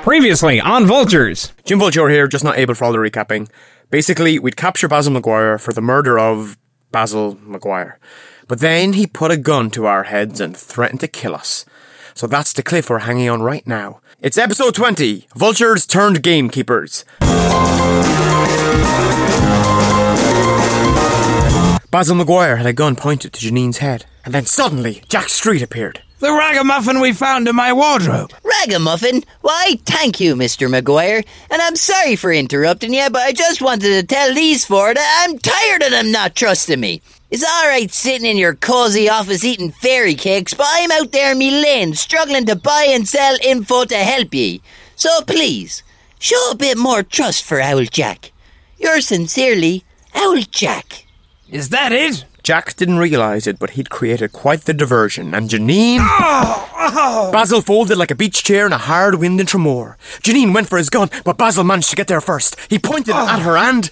Previously on Vultures. Jim Vulture here, just not able for all the recapping. Basically, we'd capture Basil Maguire for the murder of Basil Maguire. But then he put a gun to our heads and threatened to kill us. So that's the cliff we're hanging on right now. It's episode 20 Vultures Turned Gamekeepers. Basil Maguire had a gun pointed to Janine's head. And then suddenly, Jack Street appeared. The ragamuffin we found in my wardrobe. Ragamuffin? Why, thank you, Mr. McGuire. And I'm sorry for interrupting you, but I just wanted to tell these four that I'm tired of them not trusting me. It's alright sitting in your cozy office eating fairy cakes, but I'm out there in me lane struggling to buy and sell info to help ye. So please, show a bit more trust for Owl Jack. Yours sincerely, Owl Jack. Is that it? Jack didn't realise it, but he'd created quite the diversion, and Janine. Basil folded like a beach chair in a hard wind in Tremor. Janine went for his gun, but Basil managed to get there first. He pointed it at her and.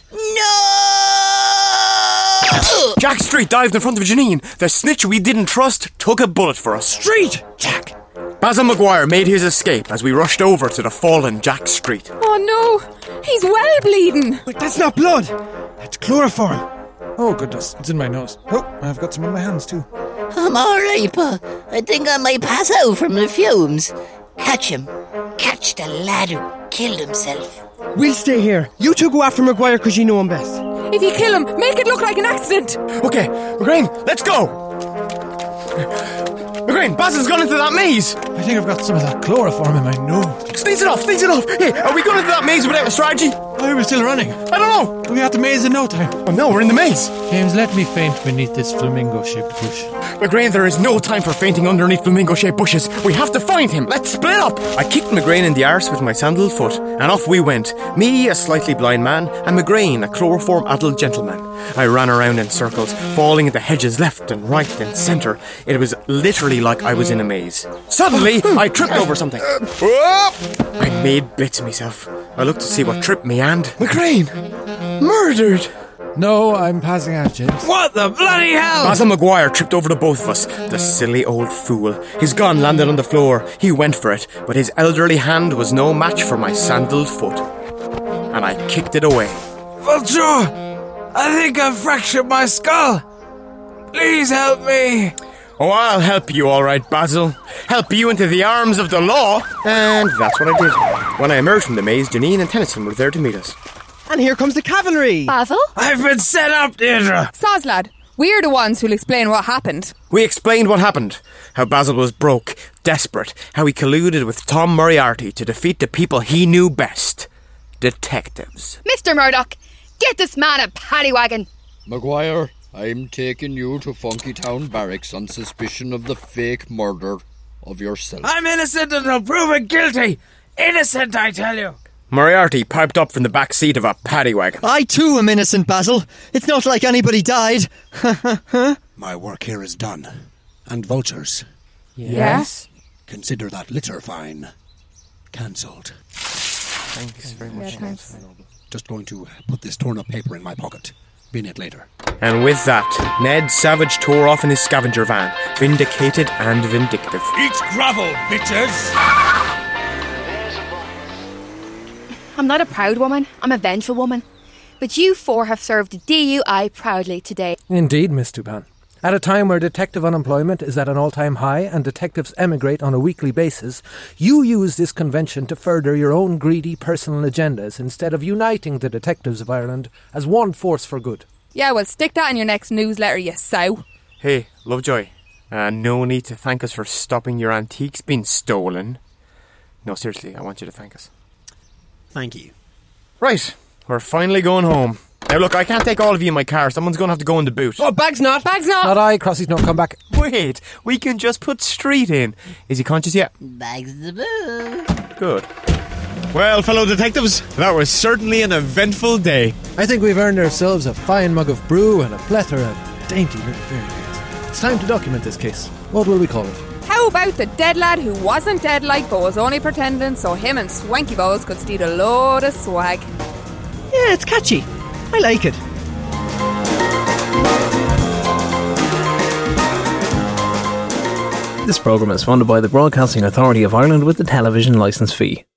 No! Jack Street dived in front of Janine. The snitch we didn't trust took a bullet for us. Street! Jack! Basil Maguire made his escape as we rushed over to the fallen Jack Street. Oh no, he's well bleeding. Wait, that's not blood. That's chloroform. Oh goodness, it's in my nose. Oh, I've got some on my hands too. I'm alright, but I think I might pass out from the fumes. Catch him. Catch the lad who killed himself. We'll stay here. You two go after Maguire because you know him best. If you kill him, make it look like an accident. Okay, McGrain, let's go! McGrain, Basil's gone into that maze! I think I've got some of that chloroform in my nose. Sneeze it off, sneeze it off! Hey, are we going into that maze without a strategy? I Oh, was still running. I don't know! We had the maze in no time. Oh no, we're in the maze! James, let me faint beneath this flamingo-shaped bush. McGrain, there is no time for fainting underneath flamingo shaped bushes. We have to find him. Let's split up! I kicked McGrain in the arse with my sandalled foot, and off we went. Me, a slightly blind man, and McGrain, a chloroform addled gentleman. I ran around in circles, falling into hedges left and right and centre. It was literally like I was in a maze. Suddenly, I tripped over something. I made bits of myself. I looked to see what tripped me and. McGrain! Murdered! No, I'm passing out, James. What the bloody hell? Basil Maguire tripped over to both of us. The silly old fool. His gun landed on the floor. He went for it, but his elderly hand was no match for my sandalled foot. And I kicked it away. Vulture! I think I've fractured my skull. Please help me. Oh, I'll help you, all right, Basil. Help you into the arms of the law. And that's what I did. When I emerged from the maze, Janine and Tennyson were there to meet us. And here comes the cavalry. Basil? I've been set up, Deirdre. Saz lad, we're the ones who'll explain what happened. We explained what happened how Basil was broke, desperate, how he colluded with Tom Moriarty to defeat the people he knew best detectives. Mr. Murdoch, get this man a paddy wagon. Maguire, I'm taking you to Funky Town Barracks on suspicion of the fake murder of yourself. I'm innocent until proven guilty. Innocent, I tell you. Moriarty piped up from the back seat of a paddy wagon. I too am innocent, Basil. It's not like anybody died. My work here is done. And vultures, Yes. consider that litter fine cancelled. Just going to put this torn up paper in my pocket. Bin it later. And with that, Ned Savage tore off in his scavenger van, vindicated and vindictive. I'm not a proud woman, I'm a vengeful woman. But you four have served DUI proudly today. Indeed, Miss Dupin. At a time where detective unemployment is at an all time high and detectives emigrate on a weekly basis, you use this convention to further your own greedy personal agendas instead of uniting the detectives of Ireland as one force for good. Yeah, well, stick that in your next newsletter, you sow. Hey, Lovejoy, uh, no need to thank us for stopping your antiques being stolen. No, seriously, I want you to thank us. Thank you. Right, we're finally going home. Now, look, I can't take all of you in my car. Someone's going to have to go in the boot. Oh, bag's not. Bag's not. Not I, Crossy's not come back. wait, we can just put Street in. Is he conscious yet? Bags the boo. Good. Well, fellow detectives, that was certainly an eventful day. I think we've earned ourselves a fine mug of brew and a plethora of dainty little fairy cakes. It's time to document this case. What will we call it? How about the dead lad who wasn't dead like but was only pretending so him and Swanky Balls could steal a load of swag? Yeah, it's catchy. I like it. This programme is funded by the Broadcasting Authority of Ireland with the television licence fee.